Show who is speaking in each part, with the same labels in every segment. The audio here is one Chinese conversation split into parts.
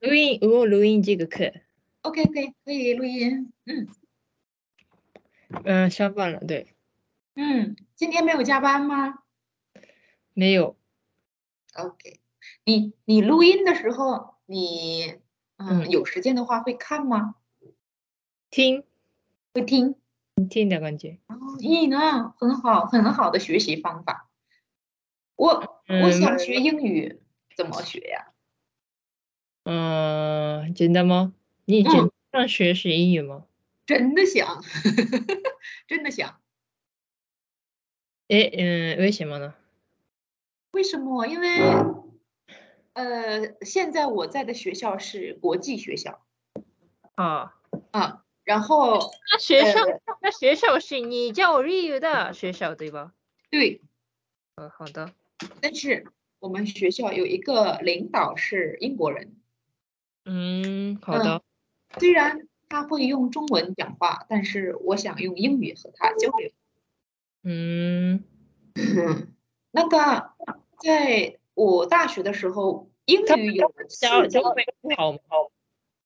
Speaker 1: 录音，我录音这个课，
Speaker 2: OK，可以可以录音。嗯
Speaker 1: 嗯、上班了，对，
Speaker 2: 嗯，今天没有加班吗
Speaker 1: 没有，
Speaker 2: ？OK，你你录音的时候，你嗯
Speaker 1: 嗯
Speaker 2: 有时间的话会看吗？
Speaker 1: 听
Speaker 2: 会听。
Speaker 1: 听的感觉，
Speaker 2: 英语呢，很好很好的学习方法。我我想
Speaker 1: 嗯
Speaker 2: 学英语，怎么学呀？
Speaker 1: 嗯、真的吗？你以前
Speaker 2: 嗯
Speaker 1: 上学是英语吗？
Speaker 2: 真的想， 真的想。
Speaker 1: 诶，嗯、为什么呢？
Speaker 2: 为什么？因为呃，现在我在的学校是国际学校，
Speaker 1: 啊，
Speaker 2: 然后
Speaker 1: 那学校
Speaker 2: 哦呃
Speaker 1: 那学校是你教育的学校对吧？
Speaker 2: 对
Speaker 1: 嗯、好的，
Speaker 2: 但是我们学校有一个领导是英国人，
Speaker 1: 嗯，好
Speaker 2: 嗯
Speaker 1: 的，
Speaker 2: 虽然他会用中文讲话，但是我想用英语和他交流。
Speaker 1: 嗯
Speaker 2: 那个，在我大学的时候，英
Speaker 1: 他
Speaker 2: 语有四
Speaker 1: 教教
Speaker 2: 教
Speaker 1: 会好吗？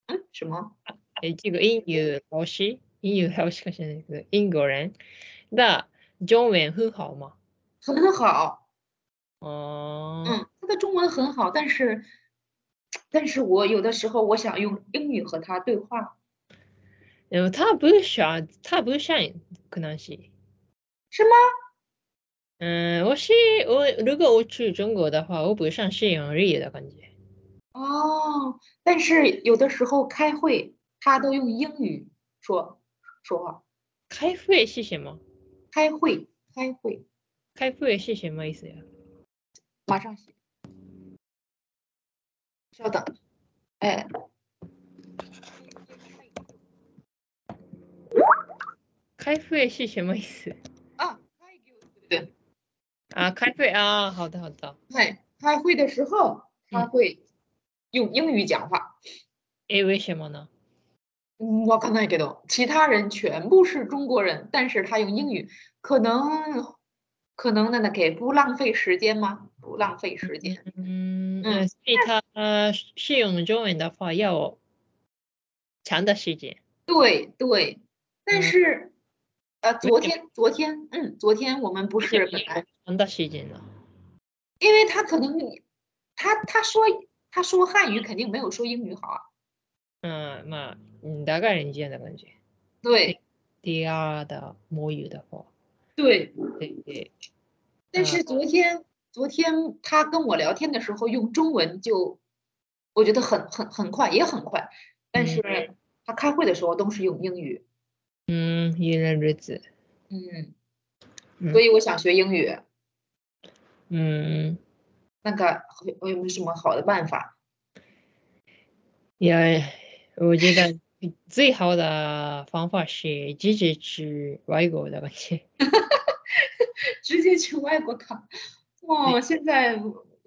Speaker 2: 嗯什么？
Speaker 1: 诶，这个英语老师，英语老师是那个英国人，那中文很好吗？
Speaker 2: 很好，
Speaker 1: 哦、
Speaker 2: 嗯，他的中文很好，但是，但是我有的时候我想用英语和他对话，
Speaker 1: でも呃他不想，他不想可能是。
Speaker 2: 是吗？
Speaker 1: 嗯，我是我，如果我去中国的话，我不想适应日语的感觉。
Speaker 2: 哦，但是有的时候开会，他都用英语说说话，
Speaker 1: 开会是什么？
Speaker 2: 开会，开会。
Speaker 1: 开会是什么意思呀？
Speaker 2: 马上写。稍等，哎，
Speaker 1: 开会是什么意思？
Speaker 2: 啊，开会对不对？
Speaker 1: 啊，开会啊，好的好的。
Speaker 2: 哎，开会的时候他
Speaker 1: 嗯
Speaker 2: 会用英语讲话。
Speaker 1: 诶，为什么呢？
Speaker 2: 嗯，我刚才给到，其他人全部是中国人，但是他用英语，可能，可能那那给不浪费时间吗？不浪费时间。
Speaker 1: 嗯，
Speaker 2: 嗯
Speaker 1: 呃所以他呃适用中文的话要长的时间。
Speaker 2: 对对，但
Speaker 1: 嗯
Speaker 2: 是，呃，昨
Speaker 1: 对
Speaker 2: 天昨天，嗯，昨天我们不是本来。
Speaker 1: 长的时间呢？
Speaker 2: 因为他可能他他说他说汉语肯定没有说英语好啊。
Speaker 1: 嗯，まあ、嗯大概人这样的感觉。
Speaker 2: 对
Speaker 1: 第二的母语的话，
Speaker 2: 对，
Speaker 1: 嗯对对。
Speaker 2: 但是
Speaker 1: 嗯
Speaker 2: 昨天昨天他跟我聊天的时候用中文就，我觉得很很很快，也很快。但
Speaker 1: 嗯
Speaker 2: 是他开会的时候都是用英语，
Speaker 1: 嗯，一人日子。
Speaker 2: 嗯，
Speaker 1: 嗯
Speaker 2: 所以我想学英语。
Speaker 1: 嗯，
Speaker 2: 那个我我有没有什么好的办法？
Speaker 1: 也我觉 得最好的方法是直接去外国的感觉。
Speaker 2: 直接去外国看。哇，现在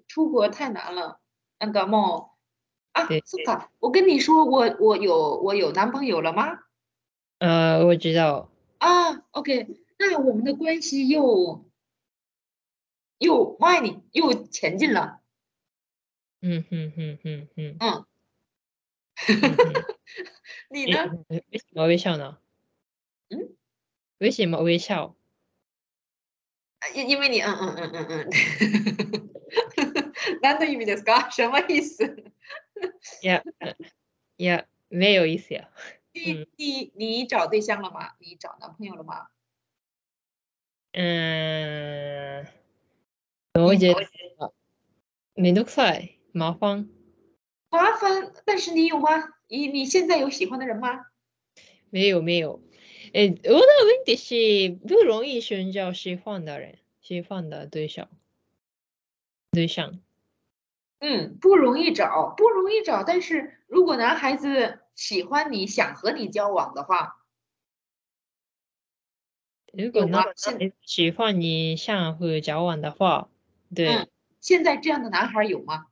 Speaker 2: 出国太难了，那个梦啊，
Speaker 1: 对
Speaker 2: 苏卡，我跟你说，我我有我有男朋友了吗？
Speaker 1: 呃，我知道，
Speaker 2: 啊，OK，那我们的关系又又迈你又前进了，
Speaker 1: 嗯哼哼哼哼。
Speaker 2: 嗯，
Speaker 1: 嗯哼 诶
Speaker 2: 你呢？
Speaker 1: 为什么微笑呢？
Speaker 2: 嗯，
Speaker 1: 为什么微笑？
Speaker 2: 啊因因为你嗯嗯嗯嗯嗯， 何の意味ですか？什么意思？
Speaker 1: いや、呃いや、没有意思呀。
Speaker 2: 你
Speaker 1: 嗯
Speaker 2: 你你找对象了吗？你找男朋友了吗？
Speaker 1: 嗯，我觉得めんどくさい、麻烦。
Speaker 2: 麻烦，但是你有吗？你你现在有喜欢的人吗？
Speaker 1: 没有没有，哎，我的问题是不容易寻找喜欢的人，喜欢的对象，对象，
Speaker 2: 嗯，不容易找，不容易找。但是如果男孩子喜欢你，想和你交往的话，
Speaker 1: 如果
Speaker 2: 有
Speaker 1: 那
Speaker 2: 吗现
Speaker 1: 喜欢你想和交往的话，对
Speaker 2: 嗯，现在这样的男孩有吗？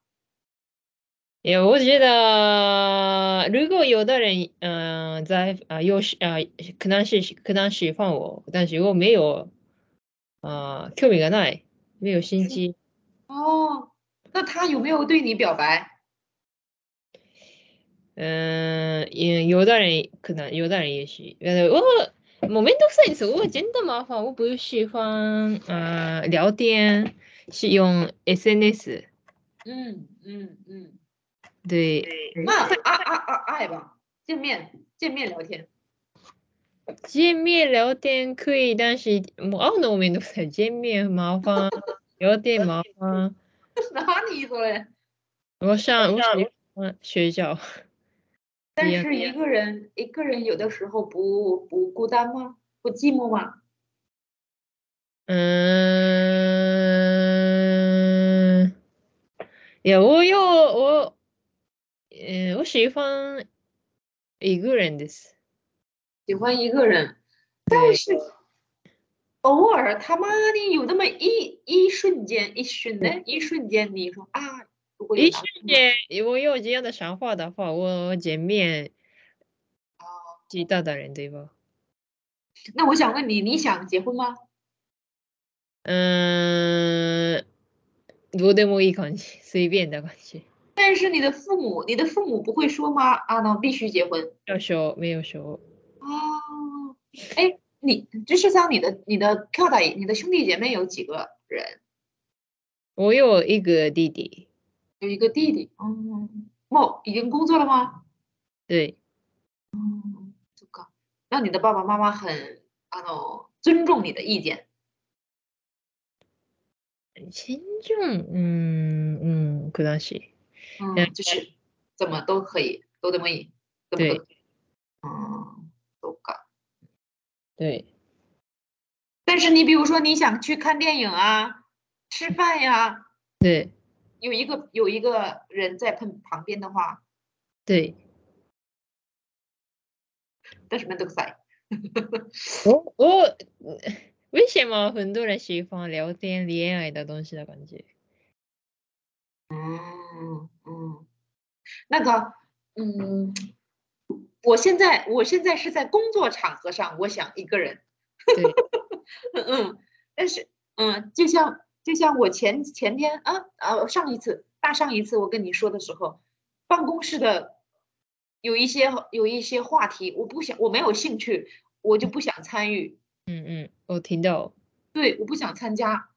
Speaker 1: 也我觉得如果有的人，嗯、在啊、呃、有喜啊、可能是可能喜欢我，但是我没有，啊、興味がない，没有心机。
Speaker 2: 哦，那他有没有对你表白？
Speaker 1: 嗯，也有的人可能，有的人也许，呃我我面倒くさいんですよ。我真的麻烦，我不喜欢，呃，聊天是用 SNS，
Speaker 2: 嗯嗯嗯，
Speaker 1: 对，
Speaker 2: 那啊啊啊爱吧，见面见面聊天，
Speaker 1: 见面聊天可以，但是もう会うのもめんどくさい。见面麻烦，聊天麻烦。
Speaker 2: 哪里说嘞？
Speaker 1: 我想，我喜欢学校。
Speaker 2: 但
Speaker 1: 也
Speaker 2: 是一个人一个人有的时候不不孤单吗？不寂寞吗？
Speaker 1: 嗯，いや、我有我，嗯、我喜欢一个人です。
Speaker 2: 喜欢一个人，
Speaker 1: 对
Speaker 2: 但是偶尔他妈的有那么一一瞬间，一瞬间，一瞬间，你说啊，如果有
Speaker 1: 一
Speaker 2: 男
Speaker 1: 瞬
Speaker 2: 朋友
Speaker 1: 间，我有这样的想法的话，我见面其他的人对吧？
Speaker 2: 那我想问你，你想结婚吗？
Speaker 1: 嗯，どうでもいい感じ、随便的感じ。
Speaker 2: 但是你的父母，你的父母不会说吗？啊，那必须结婚
Speaker 1: 要说没有说，
Speaker 2: 啊？哎，你这世上你的你的跳大爷，你的兄弟姐妹有几个人？
Speaker 1: 我有一个弟弟，
Speaker 2: 有一个弟弟，嗯，哦，已经工作了吗？
Speaker 1: 对，
Speaker 2: 嗯，这个，那你的爸爸妈妈很啊，喏尊重你的意见。
Speaker 1: 心中，嗯嗯，可能是。
Speaker 2: 嗯，就是怎么都可以，都这么以，怎么
Speaker 1: 对
Speaker 2: 都可以，嗯，都干。
Speaker 1: 对，
Speaker 2: 但是你比如说，你想去看电影啊，吃饭呀、
Speaker 1: 对，
Speaker 2: 有一个有一个人在旁旁边的话，
Speaker 1: 对。
Speaker 2: 但是面都塞。
Speaker 1: 我我嗯为什么很多人喜欢聊天、恋爱的东西的感觉？
Speaker 2: 嗯嗯，那个，嗯，我现在我现在是在工作场合上，我想一个人。
Speaker 1: 对
Speaker 2: 嗯嗯，但是嗯，就像就像我前前天啊啊上一次大上一次我跟你说的时候，办公室的有一些有一些话题，我不想我没有兴趣，我就不想参与，
Speaker 1: 嗯嗯，我听到，
Speaker 2: 对，我不想参加。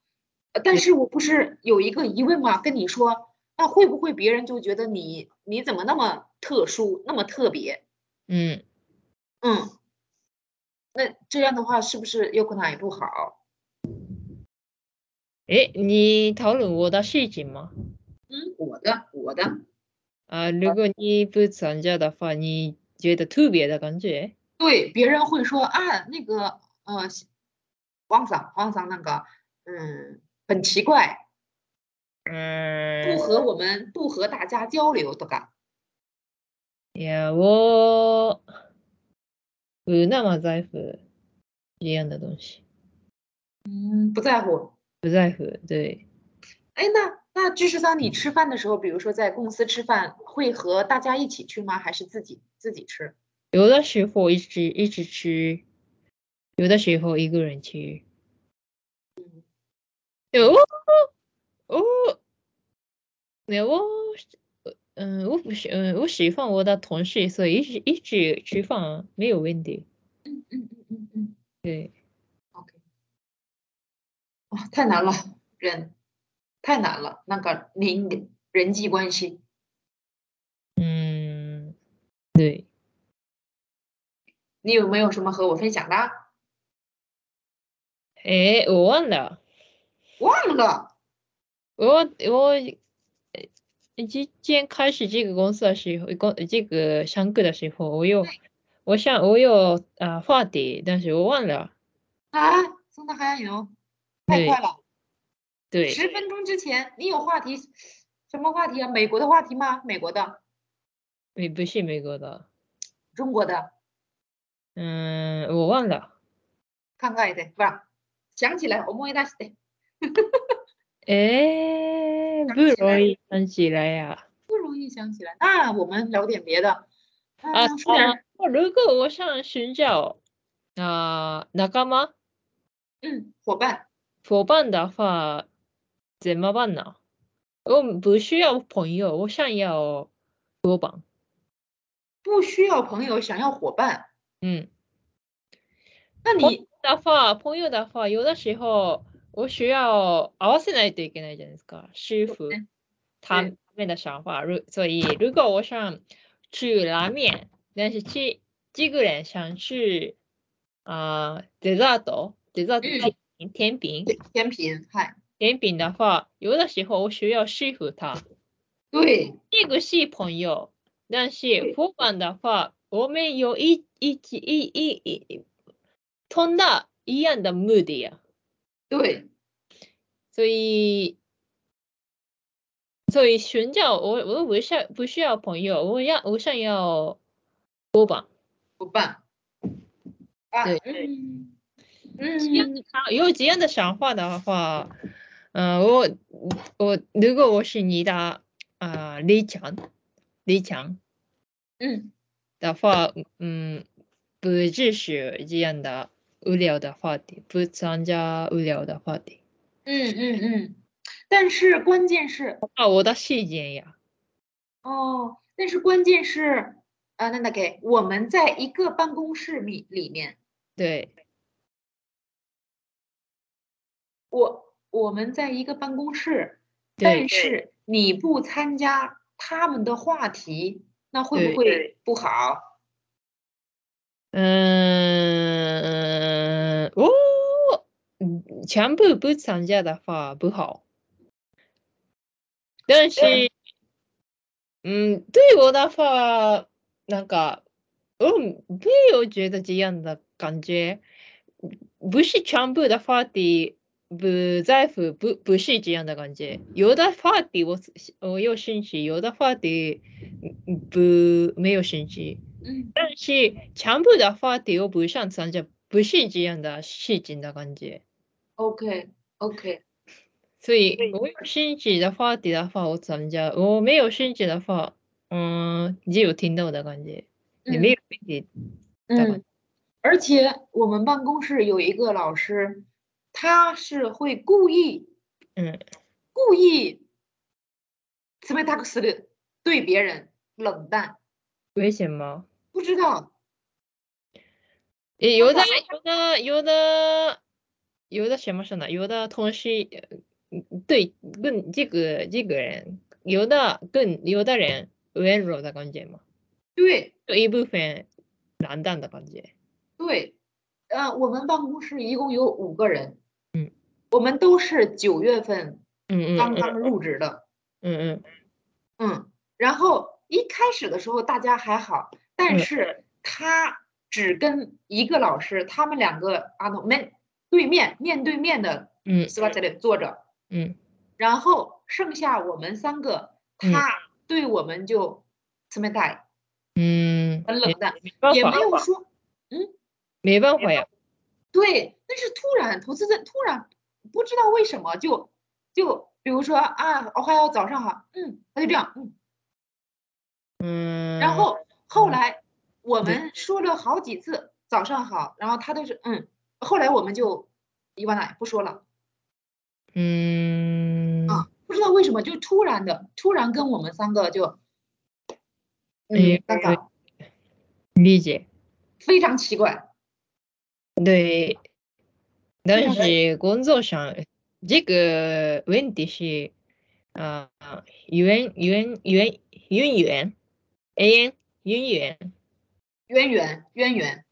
Speaker 2: 呃但是我不是有一个疑问吗？跟你说，那会不会别人就觉得你你怎么那么特殊，那么特别？
Speaker 1: 嗯，
Speaker 2: 嗯，那这样的话是不是有可能也不好？
Speaker 1: 诶，你讨论我的事情吗？
Speaker 2: 嗯，我的我的。
Speaker 1: 啊，如果你不参加的话，你觉得特别的感觉？
Speaker 2: 对，别人会说啊，那个呃，汪桑汪桑那个，嗯，很奇怪，不
Speaker 1: 嗯，
Speaker 2: 和我们不和大家交流的感。
Speaker 1: いや、我不那么在乎这样的东西，
Speaker 2: 嗯，不在乎。
Speaker 1: 不在乎，对。
Speaker 2: 哎，那那知识桑，你吃饭的时候，比如说在公司吃饭，会和大家一起去吗？还是自己自己吃？
Speaker 1: 有的时候一直一直吃，有的时候一个人吃。对我我，对我，嗯，我不喜，嗯，我喜欢我的同事，所以一直一直吃饭没有问题。
Speaker 2: 嗯嗯嗯嗯
Speaker 1: 对，
Speaker 2: ，OK。哇，太难了，人太难了，那个您人际关系。
Speaker 1: 嗯，对，
Speaker 2: 你有没有什么和我分享的？啊
Speaker 1: 哎，我忘了，
Speaker 2: 忘了
Speaker 1: 我我呃之前开始这个公司的时候，公这个上课的时候，我有，我想我有啊、呃话题，但是我忘了。
Speaker 2: 啊，宋大海有，太
Speaker 1: 对
Speaker 2: 快了。
Speaker 1: 对，
Speaker 2: 十分钟之前，你有话题，什么话题啊？美国的话题吗？美国的、
Speaker 1: 美不是美国的，
Speaker 2: 中国的，
Speaker 1: 嗯，我忘了。
Speaker 2: 看看也得，不是，想起来，思い出して。
Speaker 1: 哎，
Speaker 2: 想
Speaker 1: 不
Speaker 2: 起
Speaker 1: 容
Speaker 2: 来
Speaker 1: 易想起来呀、
Speaker 2: 不容易想起来。那我们聊点别的。
Speaker 1: 啊。
Speaker 2: 嗯，说点儿，
Speaker 1: 啊如果我想寻找啊、仲間
Speaker 2: 嗯，伙伴。
Speaker 1: 伙伴的话，怎么办呢？我不需要朋友，我想要
Speaker 2: 不需要朋友，想要伙伴。
Speaker 1: 嗯，
Speaker 2: 那你
Speaker 1: 的话，朋友的话，有的时候我需要合わせないといけないじゃないですか，舒服
Speaker 2: 对
Speaker 1: 他
Speaker 2: 对
Speaker 1: 他们的想法。如所以如果我想吃拉面，但是去几个人想吃啊、呃、dessert dessert
Speaker 2: 嗯
Speaker 1: 甜品甜品
Speaker 2: 甜品，嗨，
Speaker 1: 甜品的话，有的时候我需要说服他。
Speaker 2: 对
Speaker 1: 这个是朋友，但是
Speaker 2: 对
Speaker 1: 伙伴的话，我们有一一起一一一同的一样的目的啊呀，
Speaker 2: 对
Speaker 1: 所以所以寻找我我不需要不需要朋友，我要我想要伙伴。
Speaker 2: 啊，
Speaker 1: 对
Speaker 2: 嗯
Speaker 1: 这样
Speaker 2: 嗯，
Speaker 1: 的想有这样的想法的话，嗯、我我如果我是你的啊、呃李强，李强。
Speaker 2: 嗯，
Speaker 1: 的话，嗯，不支持这样的无聊的话题，不参加无聊的话题。
Speaker 2: 嗯嗯嗯，但是关键是
Speaker 1: 啊，我的时间呀，
Speaker 2: 哦，但是关键是啊，那那给我们在一个办公室里里面，
Speaker 1: 对，
Speaker 2: 我我们在一个办公室，
Speaker 1: 对
Speaker 2: 但是你不参加他们的话题，那会
Speaker 1: 对
Speaker 2: 不会不好？
Speaker 1: 嗯，哦，嗯全部不参加的话不好，但是，嗯，对我的话，那个，嗯，没有觉得这样的感觉，不是全部的话题不在乎，不不是这样的感觉。有的话题我我有兴趣，有的话题嗯不没有兴趣。
Speaker 2: 嗯
Speaker 1: 但是全部的话题我不想参加，不是这样的事情的感觉。
Speaker 2: ，OK OK，
Speaker 1: 所以
Speaker 2: 对
Speaker 1: 我有兴趣的话题的话，我参加；我没有兴趣的话，嗯，只有听到的感觉，也没有兴趣。大概
Speaker 2: 嗯，而且我们办公室有一个老师，他是会故意，
Speaker 1: 嗯，
Speaker 2: 故意，斯贝塔克斯的对别人冷淡，
Speaker 1: 为什么？
Speaker 2: 不知道，
Speaker 1: 也有的有
Speaker 2: 我
Speaker 1: 的有的有的什么说呢？有的同事呃对跟这个这个人，有的跟有的人温柔的感觉嘛，
Speaker 2: 对
Speaker 1: 有一部分冷淡的感觉。
Speaker 2: 对，呃，我们办公室一共有五个人，嗯，我们都是九月份
Speaker 1: 嗯嗯
Speaker 2: 刚
Speaker 1: 嗯
Speaker 2: 刚入职的，
Speaker 1: 嗯嗯。
Speaker 2: 嗯，然后一开始的时候大家还好，但
Speaker 1: 嗯
Speaker 2: 是他只跟一个老师，他们两个啊，no 面对面面对面的
Speaker 1: 嗯
Speaker 2: 斯瓦加里坐着，
Speaker 1: 嗯
Speaker 2: 然后剩下我们三个，
Speaker 1: 嗯
Speaker 2: 他对我们就斯梅带
Speaker 1: 嗯，
Speaker 2: 很冷淡，
Speaker 1: 没办
Speaker 2: 也
Speaker 1: 法
Speaker 2: 没，有说
Speaker 1: 没办法呀。
Speaker 2: 对，但是突然投资人突然不知道为什么就就比如说啊，我还要早上好，嗯，他就这样，嗯，
Speaker 1: 嗯，
Speaker 2: 然后后
Speaker 1: 嗯
Speaker 2: 来我
Speaker 1: 对
Speaker 2: 们说了好几次早上好，然后他都是嗯，后来我们就伊万娜不说了
Speaker 1: 嗯，
Speaker 2: 啊，不知道为什么就突然的突然跟我们三个就，嗯
Speaker 1: 哎，
Speaker 2: 那个
Speaker 1: 理解。
Speaker 2: 非常奇怪，
Speaker 1: 对，但
Speaker 2: 常的
Speaker 1: 是工作上这个问题是啊，源源源渊源，哎，渊源
Speaker 2: 渊源渊源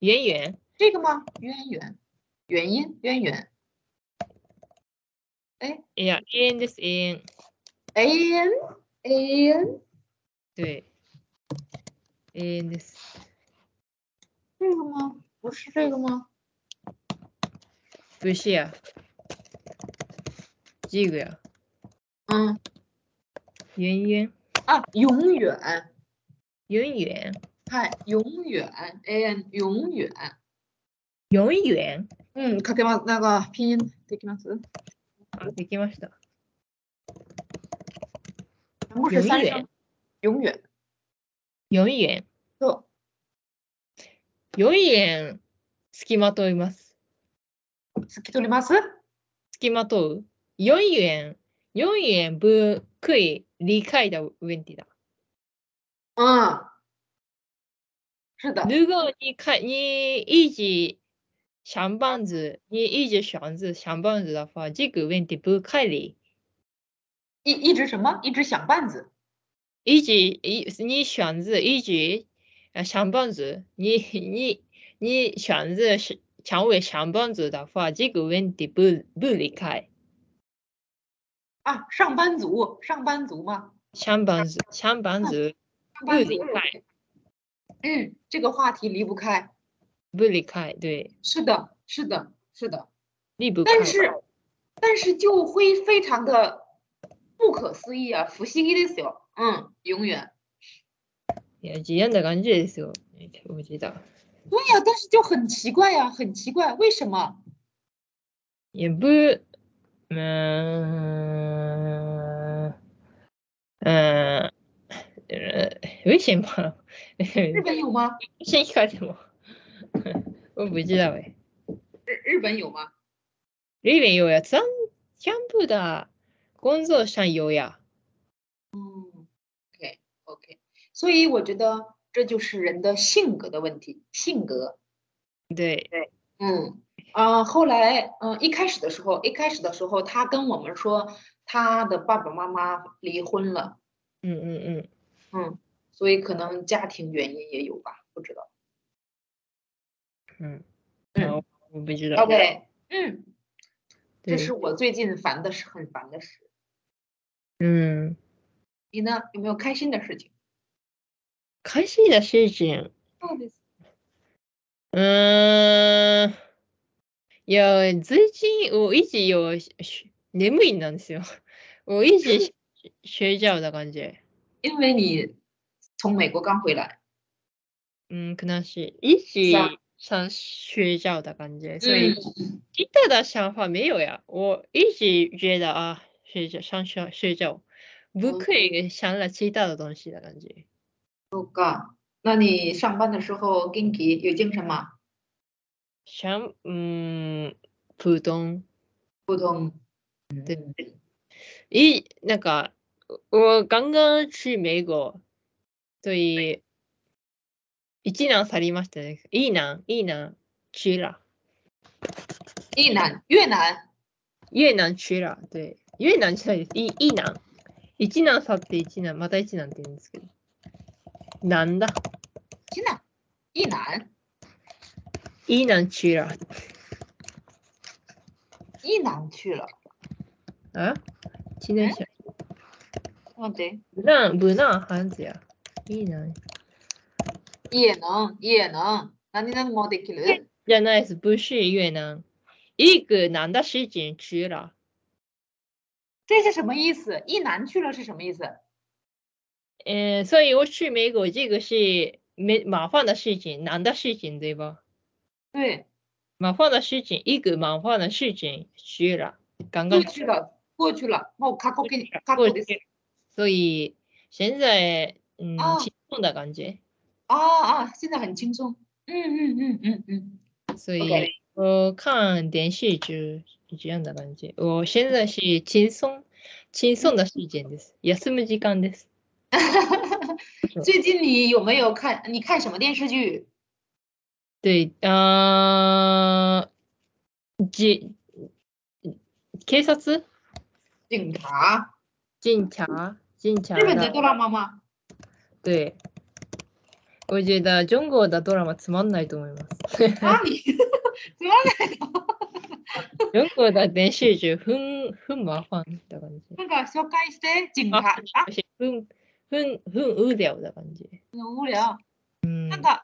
Speaker 1: 渊源，
Speaker 2: 这个吗？渊源原因渊源，哎
Speaker 1: 哎呀，in this in，
Speaker 2: a n a n
Speaker 1: 对，in this，
Speaker 2: 这个吗？不是这个吗？
Speaker 1: 不是呀，这个呀，
Speaker 2: 嗯
Speaker 1: 渊源
Speaker 2: 啊，永远，
Speaker 1: 渊源。
Speaker 2: 嗨，永远，and 永远，
Speaker 1: 永远
Speaker 2: 嗯，かけます那个拼音できます？
Speaker 1: 啊，できました。
Speaker 2: 全部是
Speaker 1: 永
Speaker 2: 三声
Speaker 1: 远，
Speaker 2: 永远，
Speaker 1: 永遠、
Speaker 2: そう
Speaker 1: 永遠、付きまといます。
Speaker 2: 透き通ります？
Speaker 1: 付きまとう。永遠、永遠、不可以理解的问题だ。
Speaker 2: 嗯，是的，
Speaker 1: 如果你看你一直上班族，你一直想着上班族的话，这个问题不可以。
Speaker 2: 一一直什么？一直想办子。
Speaker 1: 一直一你想着一直呃上班族，你你你想着是成为上班族的话，这个问题不不离开。
Speaker 2: 啊，上班族，上班族嘛，
Speaker 1: 上班族，上班族
Speaker 2: 上
Speaker 1: 不
Speaker 2: 班
Speaker 1: 离
Speaker 2: 族。
Speaker 1: 开，
Speaker 2: 嗯，这个话题离不开。
Speaker 1: 不离开，对，
Speaker 2: 是的，是的，是的。
Speaker 1: 离不开。
Speaker 2: 但是，但是就会非常的不可思议啊，不思議ですよ。嗯，永远。
Speaker 1: いや一样的感觉ですよ。我知道，
Speaker 2: 对呀、但是就很奇怪呀、很奇怪，为什么？
Speaker 1: 也不，嗯，嗯，呃为什么？
Speaker 2: 日本有吗？
Speaker 1: 先看什么？我不知道哎。
Speaker 2: 日日本有吗？
Speaker 1: 日本有呀，咱全部的工作上有呀。
Speaker 2: 嗯，OK OK。所以我觉得这就是人的性格的问题，性格。
Speaker 1: 对，
Speaker 2: 嗯，啊、后来，嗯、一开始的时候，一开始的时候，他跟我们说他的爸爸妈妈离婚了，
Speaker 1: 嗯嗯嗯，
Speaker 2: 嗯，所以可能家庭原因也有吧，不知道。嗯
Speaker 1: 好我不知道。
Speaker 2: OK，嗯，这
Speaker 1: 对，
Speaker 2: 是我最近烦的事，很烦的事。
Speaker 1: 嗯，
Speaker 2: 你呢？有没有开心的事情？
Speaker 1: 开心的事情，
Speaker 2: そうです。
Speaker 1: 嗯，いや、最近我一直有眠いなんですよ。我一直睡觉的感觉。
Speaker 2: 因为你从美国刚回来，
Speaker 1: 嗯，可能是一直
Speaker 2: 是啊
Speaker 1: 想睡觉的感觉，所以其他的想法没有呀。我一直觉得啊，睡觉想睡睡觉，不可以想了其他的东西的感觉。
Speaker 2: 那你上班的时候元気有精神吗？
Speaker 1: 想嗯，普通
Speaker 2: 不通。
Speaker 1: 对
Speaker 2: 嗯，
Speaker 1: 一那个，我刚刚去美国，所以一年去りましたね。一年一年去了，
Speaker 2: 越南，越南，
Speaker 1: 越南去了，对，越南去了です。いいいな。一難去って一難、また一難って言うんですけど。なんだ
Speaker 2: 越南，越南，
Speaker 1: いい難去了。
Speaker 2: 越南去了。
Speaker 1: あ一難去了。
Speaker 2: 待って。
Speaker 1: 無難、無難、はずや。いいな。
Speaker 2: 也能，也能。何々もできる。
Speaker 1: じゃないです。不是越南。一个难的事情去了。
Speaker 2: 这是什么意思？一南去了是什么意思？
Speaker 1: えー、所以我去美国这个是没麻烦的事情、难的事情，对吧？
Speaker 2: 对，
Speaker 1: 麻烦的事情、一个麻烦的事情去了。刚
Speaker 2: 过
Speaker 1: 刚
Speaker 2: 去了，过去了。もう過去
Speaker 1: 过
Speaker 2: 形
Speaker 1: 去了，
Speaker 2: 過
Speaker 1: 过
Speaker 2: 去です。
Speaker 1: 去所以现在嗯
Speaker 2: 啊，
Speaker 1: 轻松的感觉，
Speaker 2: 啊啊，现在很轻松。嗯嗯嗯嗯嗯。
Speaker 1: 所以
Speaker 2: OK，
Speaker 1: 我看电视就是这样的感觉。我现在是轻松轻松的时间です。休む時間です。
Speaker 2: 最近你有没有看？你看什么电视剧？
Speaker 1: 对，啊、警警察
Speaker 2: 警察，
Speaker 1: 警察警察
Speaker 2: 日本的
Speaker 1: 的
Speaker 2: 哆啦 A 梦。
Speaker 1: 对。我觉得中国的ドラマつまんないと思います。
Speaker 2: 哪里？怎么来的？
Speaker 1: 中国的電視中、ふん、ふん麻烦だ感じ。
Speaker 2: 那个小盖して警 察啊，
Speaker 1: 私ふん、ふん、ふんうでおだ感じ。
Speaker 2: 很无聊。
Speaker 1: うん
Speaker 2: 那个啊，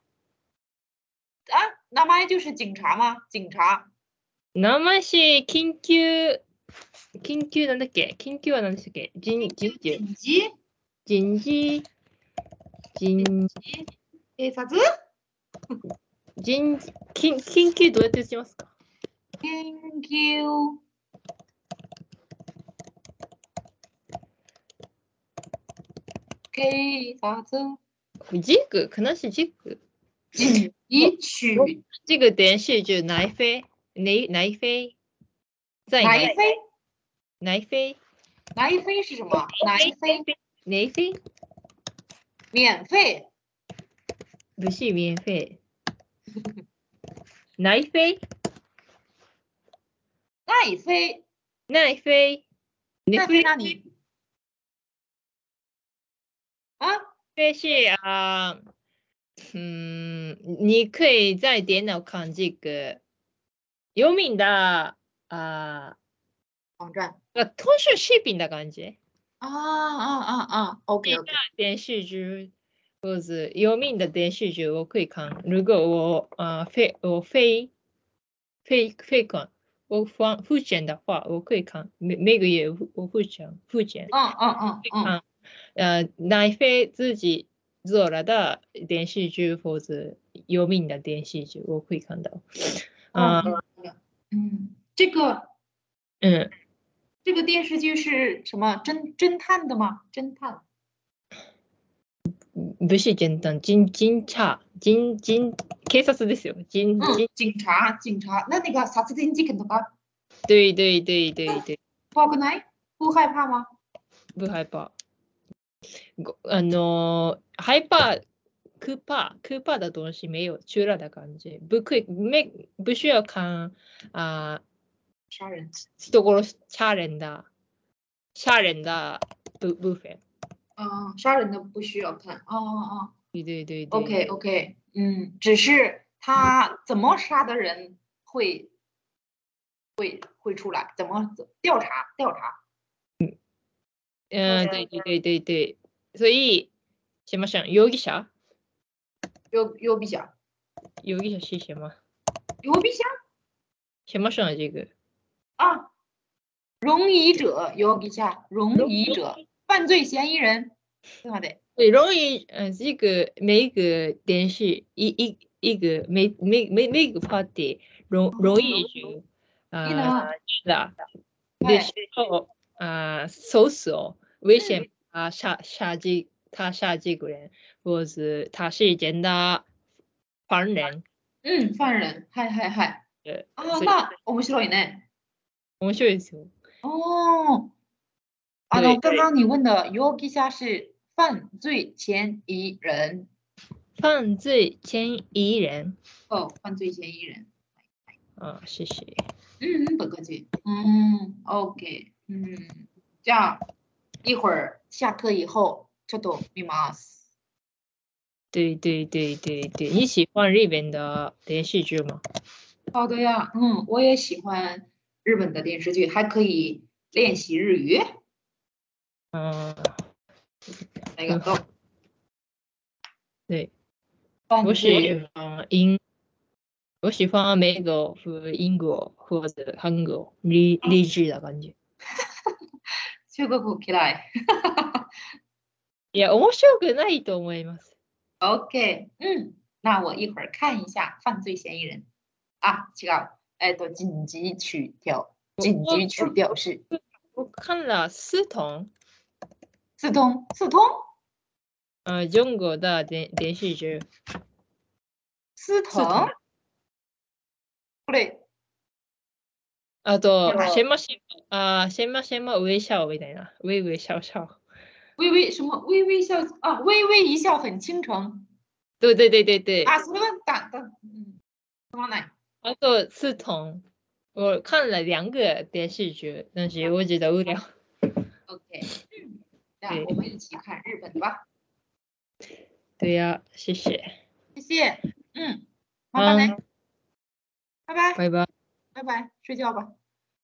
Speaker 2: 名前就是警察吗？警察
Speaker 1: 名前し、緊急、緊急なんだっけ緊急は何でしたっけ人緊急。
Speaker 2: 紧急。
Speaker 1: 人事、人、
Speaker 2: 警察
Speaker 1: 人、緊緊急どうやって打ちますか
Speaker 2: 緊急警察
Speaker 1: ジーク、悲しいジーク。
Speaker 2: 紧急
Speaker 1: ジーク電視中、ナイフェイ、ネイ、ナイフェイ。在
Speaker 2: 来
Speaker 1: 内、
Speaker 2: 飞，
Speaker 1: ナイフェイ。
Speaker 2: 来飞是什么？来飞
Speaker 1: ネイフェイ。
Speaker 2: 免费
Speaker 1: 不是免费，奶飞
Speaker 2: 奈飞，
Speaker 1: 奶飞，你
Speaker 2: 奈飞
Speaker 1: 飞
Speaker 2: 那里啊？
Speaker 1: 飞是啊，嗯，你可以在电脑看这个有名的啊，
Speaker 2: 网站
Speaker 1: 呃，通讯视频的感觉，
Speaker 2: 啊啊啊啊！OK OK，
Speaker 1: 电视剧或者有名的电视剧我可以看。如果我啊、飞我飞飞飞看，我放付钱的话，我可以看每每个月我付钱付钱。
Speaker 2: 嗯嗯嗯嗯，
Speaker 1: 看，呃，奈飞自己做了的电视剧或者有名的电视剧，我会看到。啊、
Speaker 2: 嗯嗯，这个
Speaker 1: 嗯，
Speaker 2: 这个电视剧是什么？侦侦探的吗？侦探
Speaker 1: 不是简单，警警察，警警警察ですよ。警
Speaker 2: 嗯
Speaker 1: 警，
Speaker 2: 警察警察。那那个啥子侦缉肯的吧？
Speaker 1: 对对对对对。
Speaker 2: 报个来，不害怕吗？
Speaker 1: ブハイパー。ごあのーハイパー、クーパー、クーパーだとしめよ、チューラだ感じ。ブクイ、め、ブシュアカン、あ
Speaker 2: 杀
Speaker 1: ー、
Speaker 2: 人
Speaker 1: ストゴロス、チャーレンダー、シャーレンダー、ブ、ブフェン。
Speaker 2: 啊、杀人的不需要看。哦哦哦
Speaker 1: 对对对对。
Speaker 2: ，OK OK，嗯，只是他怎么杀的人会会会出来，怎么调查调查？
Speaker 1: 嗯，对对对对对。所以、しましょう。容疑者
Speaker 2: 有有比较
Speaker 1: 容疑者是什么
Speaker 2: 有比较
Speaker 1: しましょう这个。
Speaker 2: 啊，容疑者有比较容疑者，犯罪嫌疑人，对吧？得，
Speaker 1: 对，容易，呃，这个每个电视一一一个每每每每个 party 容哦容易就
Speaker 2: 你呢
Speaker 1: 啊是的，
Speaker 2: 对
Speaker 1: 的时候啊搜索危险啊杀杀这他杀这个人，或者他是人的犯人，呃
Speaker 2: 嗯，犯人，嗨嗨嗨，
Speaker 1: 对，
Speaker 2: 啊
Speaker 1: 所，以
Speaker 2: 那我们白いね。
Speaker 1: 面白いですよ。
Speaker 2: 哦，啊，
Speaker 1: 对
Speaker 2: 那刚刚你问的容疑者是犯罪嫌疑人
Speaker 1: 犯罪嫌疑人
Speaker 2: 哦，犯罪嫌疑人。
Speaker 1: 啊，谢谢。
Speaker 2: 嗯，嗯，不客气。嗯，OK，嗯，这样一会儿下课以后，ちょっと見ます。
Speaker 1: 对对对对对，你喜欢日本的电视剧吗？
Speaker 2: 好的呀，嗯，我也喜欢日本的电视剧，还可以练习日语。
Speaker 1: 嗯，
Speaker 2: 那个
Speaker 1: 嗯
Speaker 2: 都
Speaker 1: 对。
Speaker 2: 犯
Speaker 1: 我
Speaker 2: 罪
Speaker 1: 喜欢英，我喜欢美国和英国或者韩国励励志的感觉。
Speaker 2: 中国嫌い。
Speaker 1: いや、面白くないと思います。
Speaker 2: OK，嗯，那我一会儿看一下犯罪嫌疑人啊，这个哎，都紧急取掉，紧急取掉是
Speaker 1: 我看了四通，
Speaker 2: 四通四通
Speaker 1: 呃，中国的电电视剧，
Speaker 2: 四
Speaker 1: 通
Speaker 2: 通，これ
Speaker 1: あと
Speaker 2: は、い
Speaker 1: シェマシェマ、あーシェマシェマウェイシャオみたいな、ウェイウェイシャオシャオ。
Speaker 2: 微微什么微微笑啊，微微一笑很倾城
Speaker 1: 对对对对对。
Speaker 2: 啊，什么打打嗯，什么来
Speaker 1: あと四通，我看了两个电视剧，但是我觉得无聊。
Speaker 2: ？OK，嗯，那我们一起看日本的吧，
Speaker 1: 对呀、谢谢，
Speaker 2: 谢谢，嗯，麻烦来，拜拜
Speaker 1: 拜拜。
Speaker 2: 拜拜，睡觉吧。